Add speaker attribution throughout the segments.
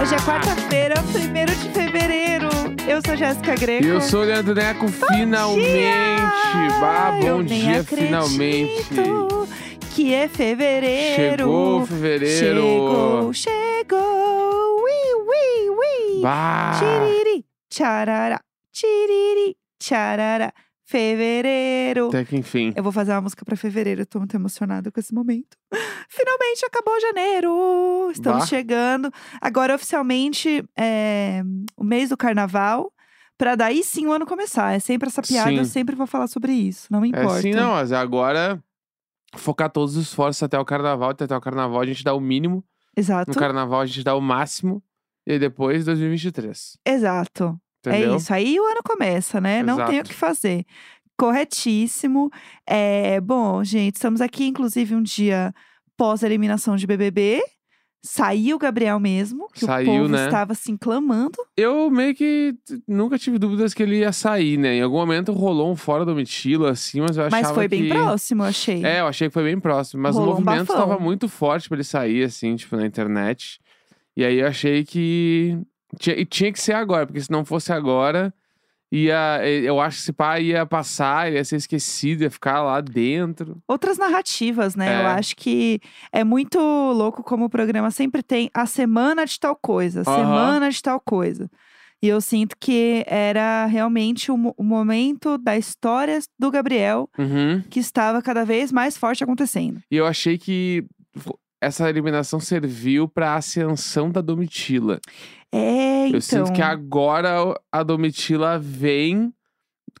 Speaker 1: Hoje é quarta-feira, 1 de fevereiro. Eu sou Jéssica Greco.
Speaker 2: E eu sou o Leandro Neco, finalmente! Bah, bom
Speaker 1: Eu nem
Speaker 2: dia,
Speaker 1: acredito
Speaker 2: finalmente!
Speaker 1: Que é fevereiro.
Speaker 2: Chegou fevereiro!
Speaker 1: Chegou, chegou. e Ui, ui, ui.
Speaker 2: Bah!
Speaker 1: Tiriri, tcharará. Tiriri, tcharará. Fevereiro.
Speaker 2: Até que enfim.
Speaker 1: Eu vou fazer uma música pra fevereiro, eu tô muito emocionada com esse momento. Finalmente acabou janeiro! Estamos
Speaker 2: Bah.
Speaker 1: chegando. Agora, oficialmente, é o mês do carnaval, pra daí sim o ano começar. É sempre essa piada, eu
Speaker 2: Sim.
Speaker 1: sempre vou falar sobre isso, não
Speaker 2: É
Speaker 1: importa.
Speaker 2: assim, não, mas agora focar todos os esforços até o carnaval, até, até o carnaval a gente dá o mínimo,
Speaker 1: Exato,
Speaker 2: no carnaval a gente dá o máximo, e aí depois 2023.
Speaker 1: exato.
Speaker 2: Entendeu?
Speaker 1: É isso, aí o ano começa, né? Não tem o
Speaker 2: Exato.
Speaker 1: que fazer. Corretíssimo. É, bom, gente, estamos aqui, inclusive, um dia pós-eliminação de BBB. Saiu o Gabriel mesmo, que
Speaker 2: Saiu,
Speaker 1: o povo
Speaker 2: né?
Speaker 1: estava assim clamando.
Speaker 2: Eu meio que t- nunca tive dúvidas que ele ia sair, né? Em algum momento rolou um fora do Mitila, assim, mas eu achava
Speaker 1: Mas foi bem
Speaker 2: que...
Speaker 1: próximo, eu achei.
Speaker 2: É, eu achei que foi bem próximo, mas
Speaker 1: Rolou um
Speaker 2: o movimento
Speaker 1: bafão.
Speaker 2: tava muito forte pra ele sair, assim, tipo, na internet. E aí eu achei que. Tinha, e tinha que ser agora, porque se não fosse agora, ia. e- Eu acho que esse pai ia passar, ele ia ser esquecido, ia ficar lá dentro.
Speaker 1: Outras narrativas, né? Eu
Speaker 2: É.
Speaker 1: acho que é muito louco como o programa sempre tem a semana de tal coisa, a
Speaker 2: Aham.
Speaker 1: semana de tal coisa. E eu sinto que era realmente o, mo- o momento da história do Gabriel
Speaker 2: Uhum.
Speaker 1: que estava cada vez mais forte acontecendo.
Speaker 2: E eu achei que fo- essa eliminação serviu pra ascensão da Domitila.
Speaker 1: É, então.
Speaker 2: Eu sinto que agora o- a Domitila vem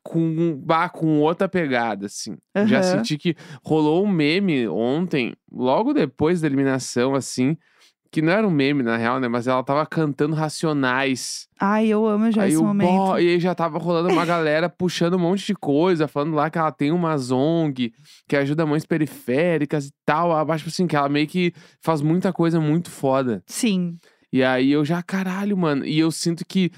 Speaker 2: com, bah, com outra pegada, assim. Já
Speaker 1: Aham.
Speaker 2: senti que rolou um meme ontem, logo depois da eliminação, assim. Que não era um meme, na real, né? Mas ela tava cantando Racionais.
Speaker 1: Ai, eu amo já é
Speaker 2: aí
Speaker 1: esse
Speaker 2: o
Speaker 1: momento.
Speaker 2: bo- E aí já tava rolando uma galera puxando um monte de coisa. Falando lá que ela tem uma ONG. Que ajuda mães periféricas e tal. Abaixo, assim, que ela meio que faz muita coisa muito foda.
Speaker 1: Sim.
Speaker 2: E aí eu já, caralho, mano. E eu sinto que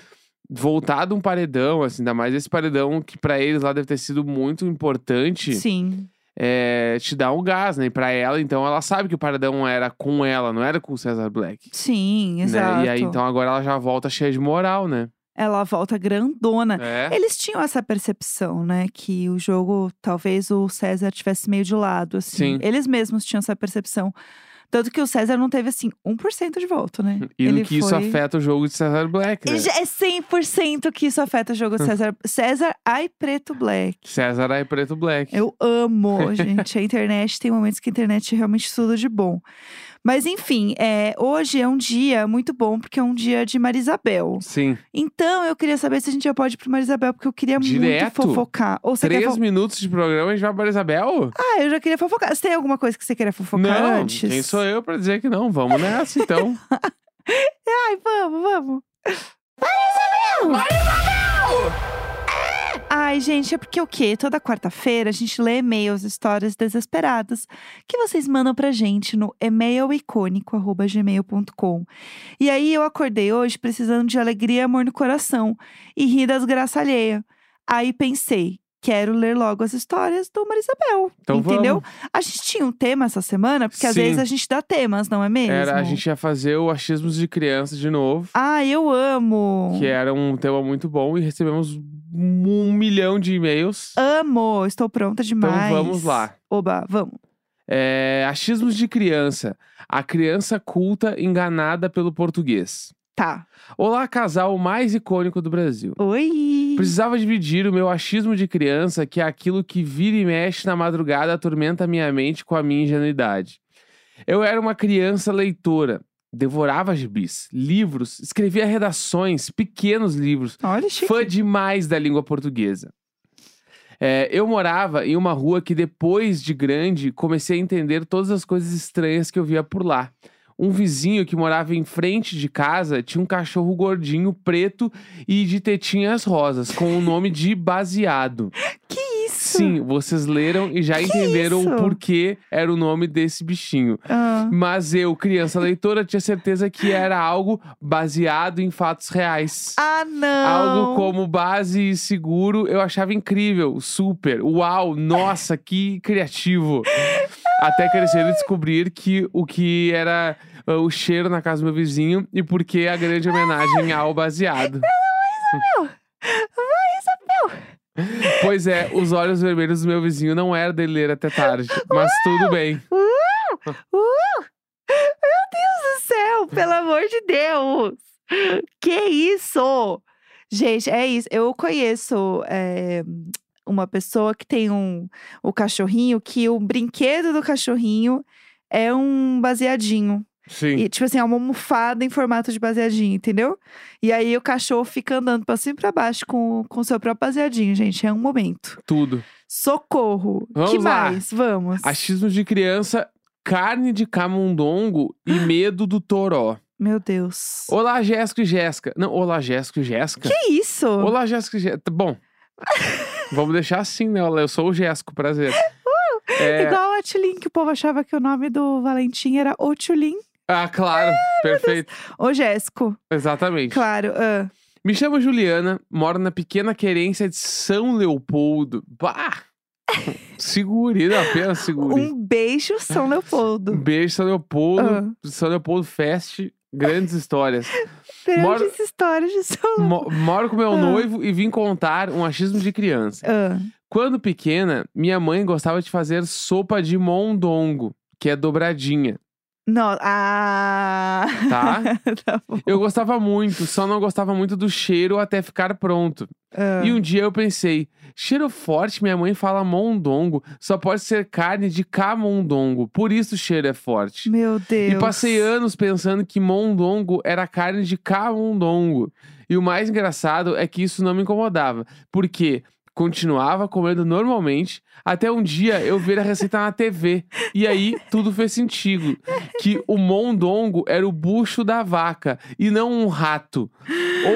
Speaker 2: voltar de um paredão, assim, ainda mais esse paredão que pra eles lá deve ter sido muito importante,
Speaker 1: Sim.
Speaker 2: é, te dá um gás, né? E pra ela, então, ela sabe que o paredão era com ela, não era com o César Black.
Speaker 1: Sim, exato.
Speaker 2: Né? E aí, então, agora ela já volta cheia de moral, né?
Speaker 1: Ela volta grandona.
Speaker 2: É.
Speaker 1: Eles tinham essa percepção, né? Que o jogo, talvez o César tivesse meio de lado, assim.
Speaker 2: Sim.
Speaker 1: Eles mesmos tinham essa percepção. Tanto que o César não teve, assim, 1% de voto, né?
Speaker 2: E no
Speaker 1: Ele
Speaker 2: que isso
Speaker 1: foi-
Speaker 2: afeta o jogo de César Black, né?
Speaker 1: Já É 100% que isso afeta o jogo do César. César, ai, preto black.
Speaker 2: César aí é preto Black.
Speaker 1: Eu amo, gente. A internet tem momentos que a internet é realmente tudo de bom. Mas enfim, é, hoje é um dia muito bom, porque é um dia de Marisabel.
Speaker 2: Sim.
Speaker 1: Então eu queria saber se a gente já pode ir pro Marisabel, porque eu queria muito
Speaker 2: Direto?
Speaker 1: fofocar. Ou você quer
Speaker 2: Três
Speaker 1: fofo-
Speaker 2: minutos de programa e a gente vai para Isabel?
Speaker 1: Ah, eu já queria fofocar. Você tem alguma coisa que você queira fofocar
Speaker 2: não,
Speaker 1: antes?
Speaker 2: quem sou eu pra dizer que não? Vamos nessa, então.
Speaker 1: Ai, vamos, vamos. Ai, gente, é porque o quê? Toda quarta-feira a gente lê e-mails, histórias desesperadas que vocês mandam pra gente no e-mailicônico.gmail.com. E aí eu acordei hoje precisando de alegria e amor no coração e rir das graças alheia. Aí pensei, quero ler logo as histórias do Marisabel.
Speaker 2: Então
Speaker 1: entendeu?
Speaker 2: vamos.
Speaker 1: A gente tinha um tema essa semana, porque às
Speaker 2: Sim.
Speaker 1: vezes a gente dá temas, não é mesmo?
Speaker 2: Era, a gente ia fazer o Achismos de Criança de novo,
Speaker 1: Ah, eu amo!
Speaker 2: que era um tema muito bom e recebemos um milhão de e-mails.
Speaker 1: Amo! Estou pronta demais.
Speaker 2: Então vamos lá.
Speaker 1: Oba, vamos.
Speaker 2: É, achismos de criança. A criança culta enganada pelo português.
Speaker 1: Tá.
Speaker 2: Olá, casal mais icônico do Brasil.
Speaker 1: Oi!
Speaker 2: Precisava dividir o meu achismo de criança, que é aquilo que vira e mexe na madrugada atormenta minha mente com a minha ingenuidade. Eu era uma criança leitora, devorava gibis, livros, escrevia redações, pequenos livros,
Speaker 1: Olha, chique.
Speaker 2: fã demais da língua portuguesa. É, eu morava em uma rua que depois de grande comecei a entender todas as coisas estranhas que eu via por lá. Um vizinho que morava em frente de casa tinha um cachorro gordinho, preto e de tetinhas rosas, com o nome de baseado.
Speaker 1: Que isso?
Speaker 2: Sim, vocês leram e já entenderam
Speaker 1: isso?
Speaker 2: o porquê era o nome desse bichinho.
Speaker 1: Ah,
Speaker 2: Mas eu, criança leitora, tinha certeza que era algo baseado em fatos reais.
Speaker 1: Ah, não!
Speaker 2: Algo como base e seguro, eu achava incrível, super, uau, nossa, que criativo. Até crescer e descobrir que o que era ah, o cheiro na casa do meu vizinho e porque a grande homenagem ao baseado.
Speaker 1: é
Speaker 2: Pois é, os olhos vermelhos do meu vizinho não era dele ler até tarde, mas tudo bem.
Speaker 1: Uh! Meu Deus do céu, pelo amor de Deus! Que isso? Gente, é isso. Eu conheço é, uma pessoa que tem um o cachorrinho, que o brinquedo do cachorrinho é um baseadinho.
Speaker 2: Sim.
Speaker 1: E, tipo assim, é uma almofada em formato de baseadinho, entendeu? E aí o cachorro fica andando pra cima e pra baixo com o seu próprio baseadinho, gente. É um momento.
Speaker 2: Tudo.
Speaker 1: Socorro! que
Speaker 2: Vamos lá.
Speaker 1: mais? Vamos.
Speaker 2: Achismo de criança, carne de camundongo e medo do toró.
Speaker 1: Meu Deus.
Speaker 2: Olá, Jéssica e Jéssica. Não, olá, Jéssica e Jéssica.
Speaker 1: Que isso?
Speaker 2: Olá, Jéssica e Jéssica. Bom, vamos deixar assim, né? Olá, Eu sou o Jéssico, prazer. É,
Speaker 1: Uh! Igual a Tilin, que o povo achava que o nome do Valentim era O Tulin.
Speaker 2: ah, claro, perfeito.
Speaker 1: O Jéssico,
Speaker 2: Exatamente.
Speaker 1: claro. ah.
Speaker 2: Me chamo Juliana, moro na pequena querência de São Leopoldo. Bah! Segure, não, apenas segure.
Speaker 1: um Ah. beijo, São
Speaker 2: Um
Speaker 1: Leopoldo.
Speaker 2: beijo, São Leopoldo. São Leopoldo Fest, grandes histórias. Moro-
Speaker 1: Grandes histórias de São Leopoldo.
Speaker 2: Mo- Moro com meu
Speaker 1: Ah.
Speaker 2: noivo e vim contar um achismo de criança.
Speaker 1: Ah,
Speaker 2: Quando pequena, minha mãe gostava de fazer sopa de mondongo, que é dobradinha,
Speaker 1: não, ah...
Speaker 2: tá?
Speaker 1: Tá bom.
Speaker 2: Eu gostava muito, só não gostava muito do cheiro até ficar pronto.
Speaker 1: Ah.
Speaker 2: E um dia eu pensei, cheiro forte, minha mãe fala mondongo, só pode ser carne de camundongo, por isso o cheiro é forte.
Speaker 1: Meu Deus.
Speaker 2: E passei anos pensando que mondongo era carne de camundongo. E o mais engraçado é que isso não me incomodava, porque continuava comendo normalmente até um dia eu ver a receita na TV. E aí tudo fez sentido, que o mondongo era o bucho da vaca e não um rato.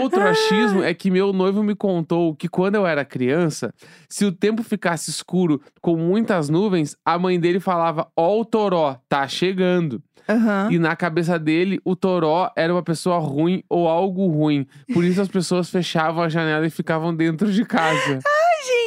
Speaker 2: Outro achismo é que meu noivo me contou que quando eu era criança, se o tempo ficasse escuro com muitas nuvens, a mãe dele falava: "Ó o toró, tá chegando".
Speaker 1: Aham.
Speaker 2: E na cabeça dele, o Toró era uma pessoa ruim ou algo ruim. Por isso as pessoas fechavam a janela e ficavam dentro de casa.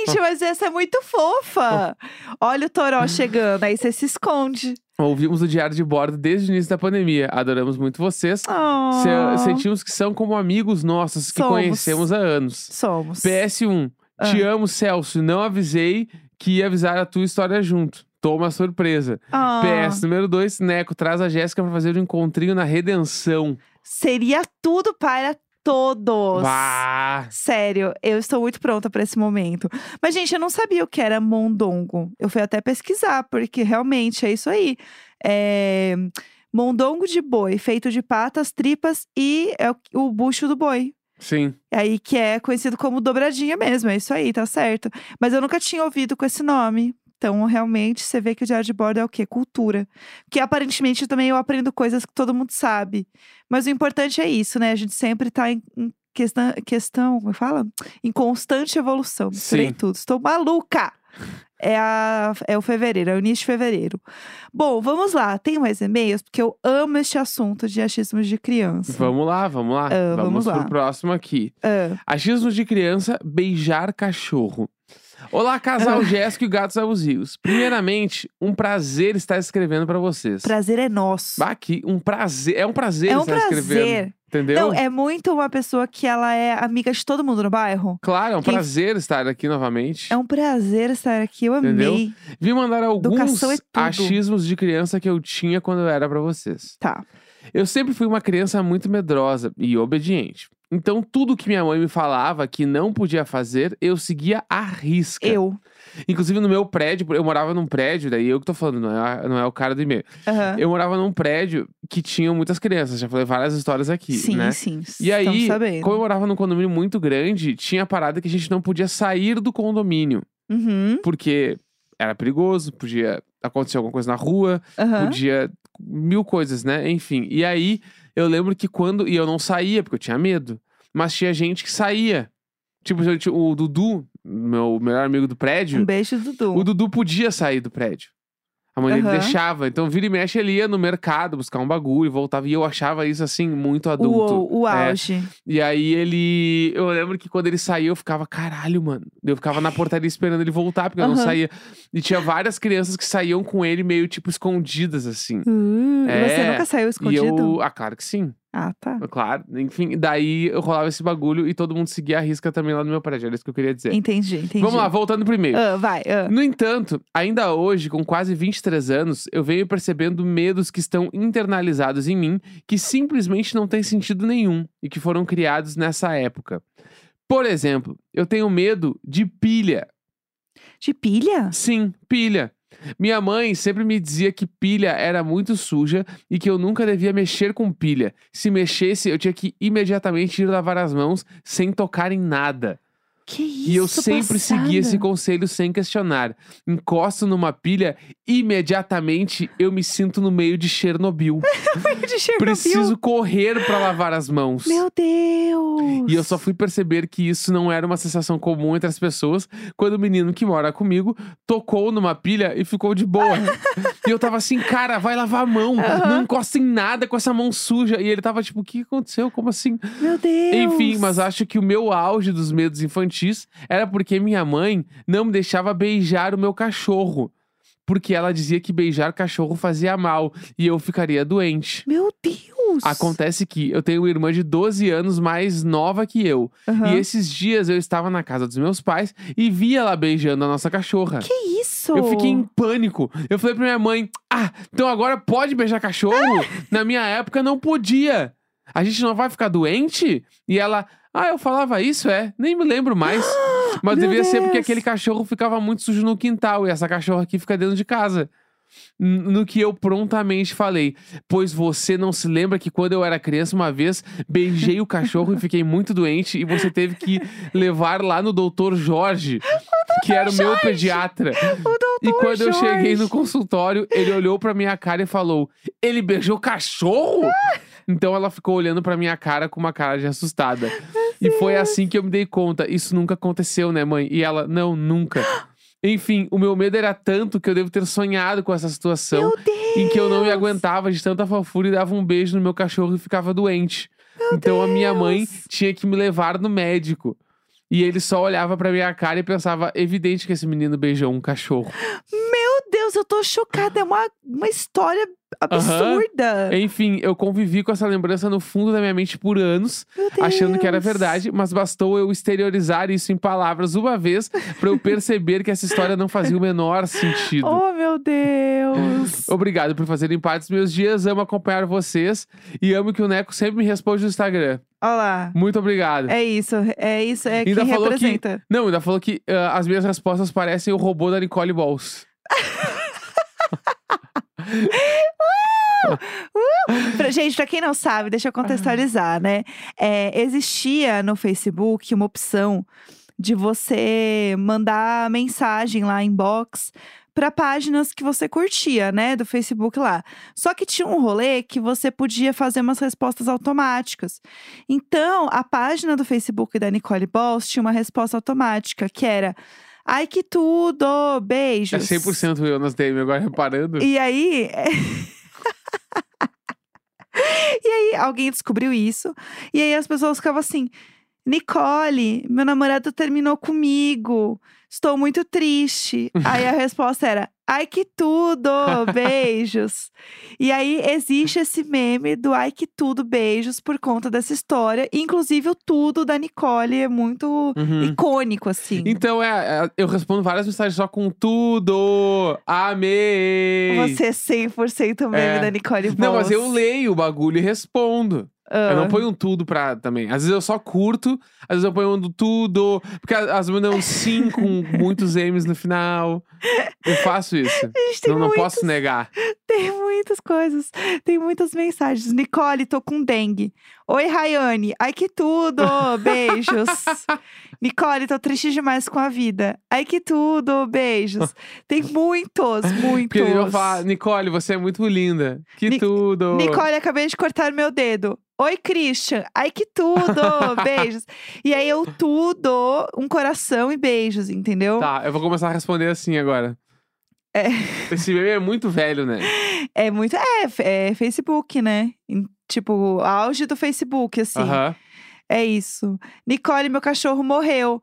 Speaker 1: Gente, mas essa é muito fofa. Olha o Toró chegando, aí você se esconde.
Speaker 2: Ouvimos o diário de bordo desde o início da pandemia. Adoramos muito vocês.
Speaker 1: Oh,
Speaker 2: Se- sentimos que são como amigos nossos que
Speaker 1: Somos. Ah.
Speaker 2: conhecemos há anos.
Speaker 1: Somos.
Speaker 2: PS1. Te amo, Celso. Não avisei que ia avisar a tua história junto. Toma a surpresa.
Speaker 1: Ah,
Speaker 2: PS número 2, Neco, traz a Jéssica pra fazer um encontrinho na redenção.
Speaker 1: Seria tudo para todos.
Speaker 2: Bah!
Speaker 1: Sério, eu estou muito pronta para esse momento. Mas, gente, eu não sabia o que era mondongo. Eu fui até pesquisar, porque realmente é isso aí. É, Mondongo de boi, feito de patas, tripas e é o- o bucho do boi.
Speaker 2: Sim.
Speaker 1: Aí que é conhecido como dobradinha mesmo, é isso aí, tá certo. Mas eu nunca tinha ouvido com esse nome. Então, realmente, você vê que o diário de bordo é o quê? Cultura. Que aparentemente também eu aprendo coisas que todo mundo sabe. Mas o importante é isso, né? A gente sempre tá em, em questão, questão, como é fala? Em constante evolução. Misturei
Speaker 2: Sim.
Speaker 1: tudo. Estou maluca! É, a, é o fevereiro, é o início de fevereiro. Bom, vamos lá. Tem mais e-mails? Porque eu amo este assunto de achismos de criança.
Speaker 2: Vamos lá, vamos lá.
Speaker 1: Ah, vamos lá.
Speaker 2: pro próximo aqui.
Speaker 1: Ah,
Speaker 2: Achismos de criança, beijar cachorro. Olá, casal Jéssica e Gatos Abusivos. Primeiramente, um prazer estar escrevendo pra vocês.
Speaker 1: prazer é nosso.
Speaker 2: Bah, que um prazer. É um prazer
Speaker 1: É um
Speaker 2: estar escrevendo.
Speaker 1: prazer.
Speaker 2: Entendeu?
Speaker 1: Não, é muito uma pessoa que ela é amiga de todo mundo no bairro.
Speaker 2: Claro, é um
Speaker 1: Quem-
Speaker 2: prazer estar aqui novamente.
Speaker 1: É um prazer estar aqui, eu amei.
Speaker 2: Entendeu? Vim mandar alguns
Speaker 1: Educação é tudo.
Speaker 2: achismos de criança que eu tinha quando eu era pra vocês.
Speaker 1: Tá.
Speaker 2: Eu sempre fui uma criança muito medrosa e obediente. Então, tudo que minha mãe me falava que não podia fazer, eu seguia à risca.
Speaker 1: Eu.
Speaker 2: Inclusive, no meu prédio, eu morava num prédio, daí eu que tô falando, não é, não é o cara do e-mail.
Speaker 1: Aham.
Speaker 2: Eu morava num prédio que tinha muitas crianças, já falei várias histórias aqui,
Speaker 1: sim,
Speaker 2: né?
Speaker 1: sim.
Speaker 2: E aí,
Speaker 1: estamos sabendo.
Speaker 2: como eu morava num condomínio muito grande, tinha a parada que a gente não podia sair do condomínio,
Speaker 1: Uhum,
Speaker 2: porque era perigoso, podia acontecer alguma coisa na rua,
Speaker 1: aham.
Speaker 2: podia mil coisas, né? Enfim. E aí, eu lembro que quando. E eu não saía, porque eu tinha medo. Mas tinha gente que saía. Tipo, eu tinha- o Dudu, meu melhor amigo do prédio.
Speaker 1: Um beijo, Dudu.
Speaker 2: O Dudu podia sair do prédio. A mãe dele
Speaker 1: Aham.
Speaker 2: deixava. Então, vira e mexe, ele ia no mercado buscar um bagulho e voltava. E eu achava isso, assim, muito adulto.
Speaker 1: Uou, o
Speaker 2: É.
Speaker 1: auge.
Speaker 2: E aí ele. Eu lembro que quando ele saiu, eu ficava, caralho, mano. Eu ficava na portaria esperando ele voltar, porque eu não
Speaker 1: Aham.
Speaker 2: saía. E tinha várias crianças que saíam com ele meio tipo escondidas, assim.
Speaker 1: Uh, e Você
Speaker 2: É.
Speaker 1: nunca saiu escondido?
Speaker 2: E eu. Ah, claro que sim.
Speaker 1: Ah, tá.
Speaker 2: Claro. Enfim, daí eu rolava esse bagulho e todo mundo seguia a risca também lá no meu prédio. Era isso que eu queria dizer.
Speaker 1: Entendi, entendi.
Speaker 2: Vamos lá, voltando primeiro.
Speaker 1: Ah, vai. ah.
Speaker 2: No entanto, ainda hoje, com quase 23 anos, eu venho percebendo medos que estão internalizados em mim, que simplesmente não têm sentido nenhum e que foram criados nessa época. Por exemplo, eu tenho medo de pilha.
Speaker 1: De pilha?
Speaker 2: Sim, pilha. Minha mãe sempre me dizia que pilha era muito suja e que eu nunca devia mexer com pilha. Se mexesse, eu tinha que imediatamente ir lavar as mãos sem tocar em nada.
Speaker 1: Que isso?
Speaker 2: E eu sempre segui esse
Speaker 1: passada?
Speaker 2: conselho sem questionar. Encosto numa pilha, imediatamente eu me sinto no meio de Chernobyl.
Speaker 1: de Chernobyl.
Speaker 2: Preciso correr pra lavar as mãos.
Speaker 1: Meu Deus!
Speaker 2: E eu só fui perceber que isso não era uma sensação comum entre as pessoas quando o menino que mora comigo tocou numa pilha e ficou de boa. e eu tava assim, cara, vai lavar a mão,
Speaker 1: Aham.
Speaker 2: não encosta em nada com essa mão suja. E ele tava tipo, o que aconteceu? Como assim?
Speaker 1: Meu Deus!
Speaker 2: Enfim, mas acho que o meu auge dos medos infantis era porque minha mãe não me deixava beijar o meu cachorro. Porque ela dizia que beijar cachorro fazia mal e eu ficaria doente.
Speaker 1: Meu Deus!
Speaker 2: Acontece que eu tenho uma irmã de 12 anos mais nova que eu.
Speaker 1: Aham.
Speaker 2: E esses dias eu estava na casa dos meus pais e vi ela beijando a nossa cachorra.
Speaker 1: Que isso?
Speaker 2: Eu fiquei em pânico. Eu falei pra minha mãe: Ah, então agora pode beijar cachorro?
Speaker 1: Ah!
Speaker 2: Na minha época não podia. A gente não vai ficar doente? E ela: Ah, eu falava isso, é? Nem me lembro mais. Mas
Speaker 1: Meu
Speaker 2: devia ser porque
Speaker 1: Deus.
Speaker 2: aquele cachorro ficava muito sujo no quintal e essa cachorra aqui fica dentro de casa. N- No que eu prontamente falei, pois você não se lembra que quando eu era criança, uma vez beijei o cachorro e fiquei muito doente, e você teve que levar lá no doutor Jorge, que era o meu pediatra. E quando eu
Speaker 1: Jorge.
Speaker 2: cheguei no consultório, ele olhou pra minha cara e falou: Ele beijou cachorro? Então ela ficou olhando pra minha cara com uma cara de assustada. E foi assim que eu me dei conta. Isso nunca aconteceu, né, mãe? E ela, não, nunca. Enfim, o meu medo era tanto que eu devo ter sonhado com essa situação
Speaker 1: Meu Deus!
Speaker 2: em que eu não me aguentava de tanta fofura e dava um beijo no meu cachorro e ficava doente. então a minha mãe
Speaker 1: Deus!
Speaker 2: tinha que me levar no médico. E ele só olhava pra minha cara e pensava, evidente que esse menino beijou um cachorro.
Speaker 1: Meu Deus, eu tô chocada. É uma, uma história absurda.
Speaker 2: Enfim, eu convivi com essa lembrança no fundo da minha mente por anos,
Speaker 1: Meu Deus.
Speaker 2: achando que era verdade, mas bastou eu exteriorizar isso em palavras uma vez pra eu perceber que essa história não fazia o menor sentido.
Speaker 1: Oh, meu Deus.
Speaker 2: Obrigado por fazerem parte dos meus dias, amo acompanhar vocês e amo que o Neco sempre me responde no Instagram.
Speaker 1: Olha lá.
Speaker 2: Muito obrigado.
Speaker 1: É isso, é isso, é
Speaker 2: Ainda
Speaker 1: quem
Speaker 2: falou que-
Speaker 1: representa.
Speaker 2: Não, ainda falou que ah, as minhas respostas parecem o robô da Nicole Balls.
Speaker 1: Pra- gente, pra quem não sabe, deixa eu contextualizar, né? É, existia no Facebook uma opção de você mandar mensagem lá, inbox, pra páginas que você curtia, né? Do Facebook lá. Só que tinha um rolê que você podia fazer umas respostas automáticas. Então, a página do Facebook da Nicole Balls tinha uma resposta automática, que era... Ai, que tudo!
Speaker 2: É
Speaker 1: Beijos!
Speaker 2: 100% eu nas DM agora reparando.
Speaker 1: E aí. e aí, alguém descobriu isso. E aí as pessoas ficavam assim: Nicole, meu namorado terminou comigo. Estou muito triste. aí a resposta era: Ai que tudo, beijos. e aí existe esse meme do Ai que tudo, beijos por conta dessa história. Inclusive o tudo da Nicole é muito
Speaker 2: Uhum.
Speaker 1: icônico, assim.
Speaker 2: Então é, é, eu respondo várias mensagens só com tudo. Amei.
Speaker 1: Você é 100% meme
Speaker 2: Então, É.
Speaker 1: da Nicole Balls.
Speaker 2: Não, mas eu leio o bagulho e respondo. Eu não
Speaker 1: Ah.
Speaker 2: ponho um tudo pra também. Às vezes eu só curto, às vezes eu ponho um do tudo. Porque a- as mandam sim com muitos M's no final. Eu faço isso.
Speaker 1: A gente tem,
Speaker 2: Não, não
Speaker 1: mui-
Speaker 2: posso negar.
Speaker 1: tem muitas coisas, tem muitas mensagens. Nicole, tô com dengue. Oi, Rayane. Ai, que tudo! Beijos. Nicole, tô triste demais com a vida. Ai, que tudo! Beijos. Tem muitos, muitos.
Speaker 2: Porque ele vai falar, Nicole, você é muito linda. Que
Speaker 1: Ni-
Speaker 2: tudo.
Speaker 1: Nicole, acabei de cortar meu dedo. Oi, Christian. Ai, que tudo! Beijos. E aí, eu tudo, um coração e beijos, entendeu?
Speaker 2: Tá, eu vou começar a responder assim agora.
Speaker 1: É.
Speaker 2: Esse meme é muito velho, né?
Speaker 1: É muito. É, f- é Facebook, né? Em- tipo, auge do Facebook, assim.
Speaker 2: Aham.
Speaker 1: É isso. Nicole, meu cachorro morreu.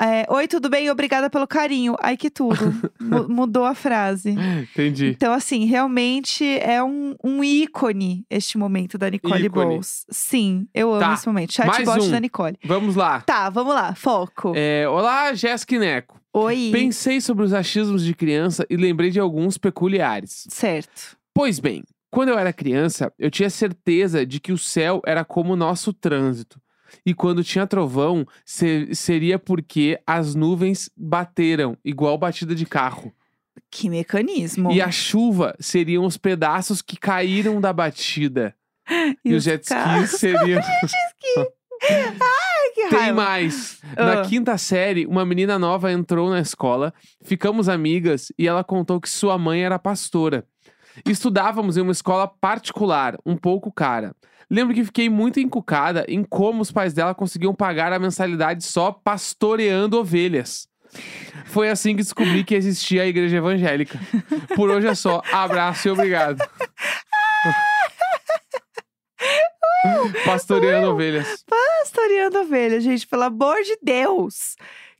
Speaker 1: É, Oi, tudo bem? Obrigada pelo carinho. Ai, que tudo. Mu- mudou a frase.
Speaker 2: Entendi.
Speaker 1: Então, assim, realmente é um, um ícone este momento da Nicole
Speaker 2: Ícone.
Speaker 1: Bowles. Sim, eu amo
Speaker 2: Tá,
Speaker 1: esse momento.
Speaker 2: mais
Speaker 1: Chatbot
Speaker 2: um.
Speaker 1: da Nicole.
Speaker 2: Vamos lá.
Speaker 1: Tá, vamos lá. Foco.
Speaker 2: É, olá, Jéssica e Neco.
Speaker 1: Oi.
Speaker 2: Pensei sobre os achismos de criança e lembrei de alguns peculiares.
Speaker 1: Certo.
Speaker 2: Pois bem, quando eu era criança, eu tinha certeza de que o céu era como o nosso trânsito. E quando tinha trovão, se- seria porque as nuvens bateram, igual batida de carro.
Speaker 1: Que mecanismo.
Speaker 2: E a chuva seriam os pedaços que caíram da batida. E, os jet
Speaker 1: carros.
Speaker 2: skis seriam.
Speaker 1: Ai, que
Speaker 2: Tem
Speaker 1: raiva.
Speaker 2: mais! Na
Speaker 1: Ah.
Speaker 2: quinta série, uma menina nova entrou na escola, ficamos amigas e ela contou que sua mãe era pastora. Estudávamos em uma escola particular, um pouco cara. Lembro que fiquei muito encucada em como os pais dela conseguiam pagar a mensalidade só pastoreando ovelhas. Foi assim que descobri que existia a igreja evangélica. Por hoje é só. Abraço e obrigado. Pastoreando ovelhas.
Speaker 1: Pastoreando ovelha, gente, pelo amor de Deus.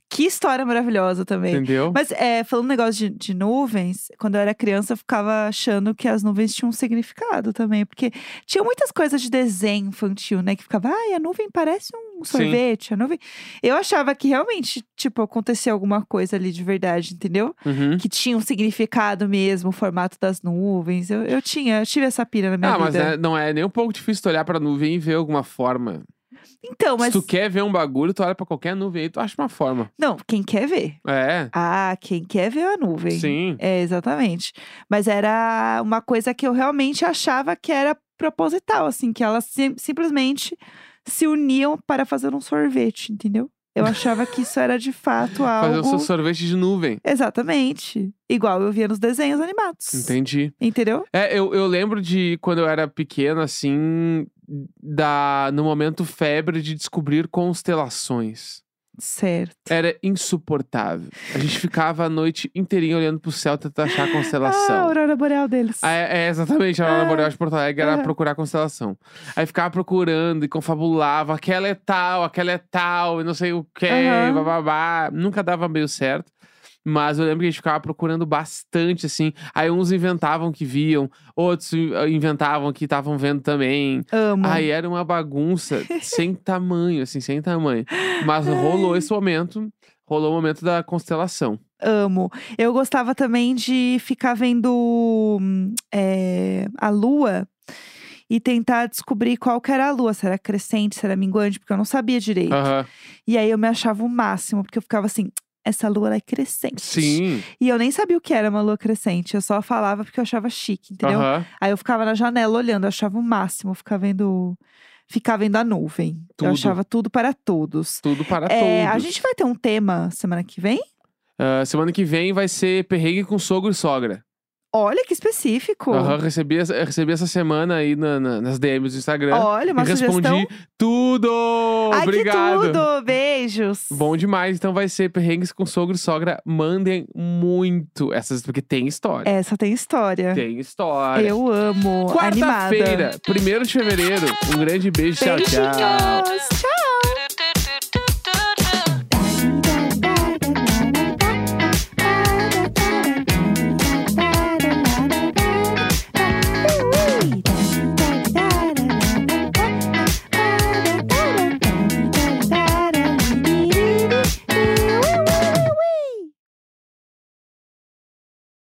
Speaker 1: Que história maravilhosa também.
Speaker 2: Entendeu?
Speaker 1: Mas é, falando um negócio de, de nuvens, quando eu era criança eu ficava achando que as nuvens tinham um significado também. Porque tinha muitas coisas de desenho infantil, né? Que ficava, ai, a nuvem parece um
Speaker 2: Sim.
Speaker 1: sorvete, a nuvem. Eu achava que realmente, tipo, acontecia alguma coisa ali de verdade, entendeu?
Speaker 2: Uhum.
Speaker 1: Que tinha um significado mesmo, o formato das nuvens. Eu, eu tinha, eu tive essa pira na minha
Speaker 2: Ah, mas
Speaker 1: vida.
Speaker 2: né, não é nem um pouco difícil tu olhar pra nuvem e ver alguma forma.
Speaker 1: Então, mas.
Speaker 2: Se tu quer ver um bagulho, tu olha pra qualquer nuvem e tu acha uma forma.
Speaker 1: Não, quem quer ver?
Speaker 2: É,
Speaker 1: Ah, quem quer ver a nuvem.
Speaker 2: sim.
Speaker 1: É, exatamente. Mas era uma coisa que eu realmente achava que era proposital, assim, que elas sim- simplesmente se uniam para fazer um sorvete, entendeu? Eu achava que isso era de fato
Speaker 2: Fazer o
Speaker 1: É algo.
Speaker 2: seu sorvete de nuvem.
Speaker 1: Exatamente. Igual eu via nos desenhos animados.
Speaker 2: Entendi.
Speaker 1: Entendeu?
Speaker 2: É, eu, eu lembro de quando eu era pequeno, assim, da, no momento febre de descobrir constelações.
Speaker 1: Certo. Ah,
Speaker 2: Era insuportável. A gente ficava a noite inteirinha olhando pro céu tentar achar a
Speaker 1: Ah, a
Speaker 2: constelação.
Speaker 1: aurora boreal deles.
Speaker 2: Ah, É, é, exatamente, a Aurora
Speaker 1: Ah,
Speaker 2: Boreal de Porto Alegre era
Speaker 1: aham.
Speaker 2: procurar constelação. Aí ficava procurando e confabulava, aquela é tal, aquela é tal, e não sei o quê,
Speaker 1: Aham.
Speaker 2: bababá. Nunca dava meio certo. Mas eu lembro que a gente ficava procurando bastante, assim. Aí uns inventavam que viam, outros eh, inventavam que estavam vendo também.
Speaker 1: Amo.
Speaker 2: Aí era uma bagunça sem tamanho, assim, sem tamanho. Mas rolou esse momento, rolou o momento da constelação.
Speaker 1: Amo. Eu gostava também de ficar vendo hum, é, a lua e tentar descobrir qual que era a lua. Se era crescente, se era minguante, porque eu não sabia direito.
Speaker 2: Aham.
Speaker 1: E aí eu me achava o máximo, porque eu ficava assim. Essa lua ela é crescente.
Speaker 2: Sim.
Speaker 1: E eu nem sabia o que era uma lua crescente. Eu só falava porque eu achava chique, entendeu?
Speaker 2: Aham.
Speaker 1: Aí eu ficava na janela olhando, eu achava o máximo, ficar vendo, ficar vendo a nuvem.
Speaker 2: Tudo.
Speaker 1: Eu achava tudo para todos.
Speaker 2: Tudo para
Speaker 1: É,
Speaker 2: todos.
Speaker 1: a gente vai ter um tema semana que vem?
Speaker 2: Ah, semana que vem vai ser perrengue com sogro e sogra.
Speaker 1: Olha que específico.
Speaker 2: Aham, recebi, essa- eu recebi essa semana aí na- na- nas DMs do Instagram.
Speaker 1: Olha, uma
Speaker 2: e né? respondi
Speaker 1: sugestão.
Speaker 2: tudo!
Speaker 1: Ai,
Speaker 2: Obrigado!
Speaker 1: que tudo! Beijos!
Speaker 2: Bom demais, então vai ser perrengues com sogro e sogra. Mandem muito essas, porque tem história.
Speaker 1: Essa tem história.
Speaker 2: Tem história.
Speaker 1: É. Eu amo. Animada.
Speaker 2: Quarta-feira, 1 de fevereiro. Um grande beijo, tchau, tchau.
Speaker 1: Beijinhos! Tchau!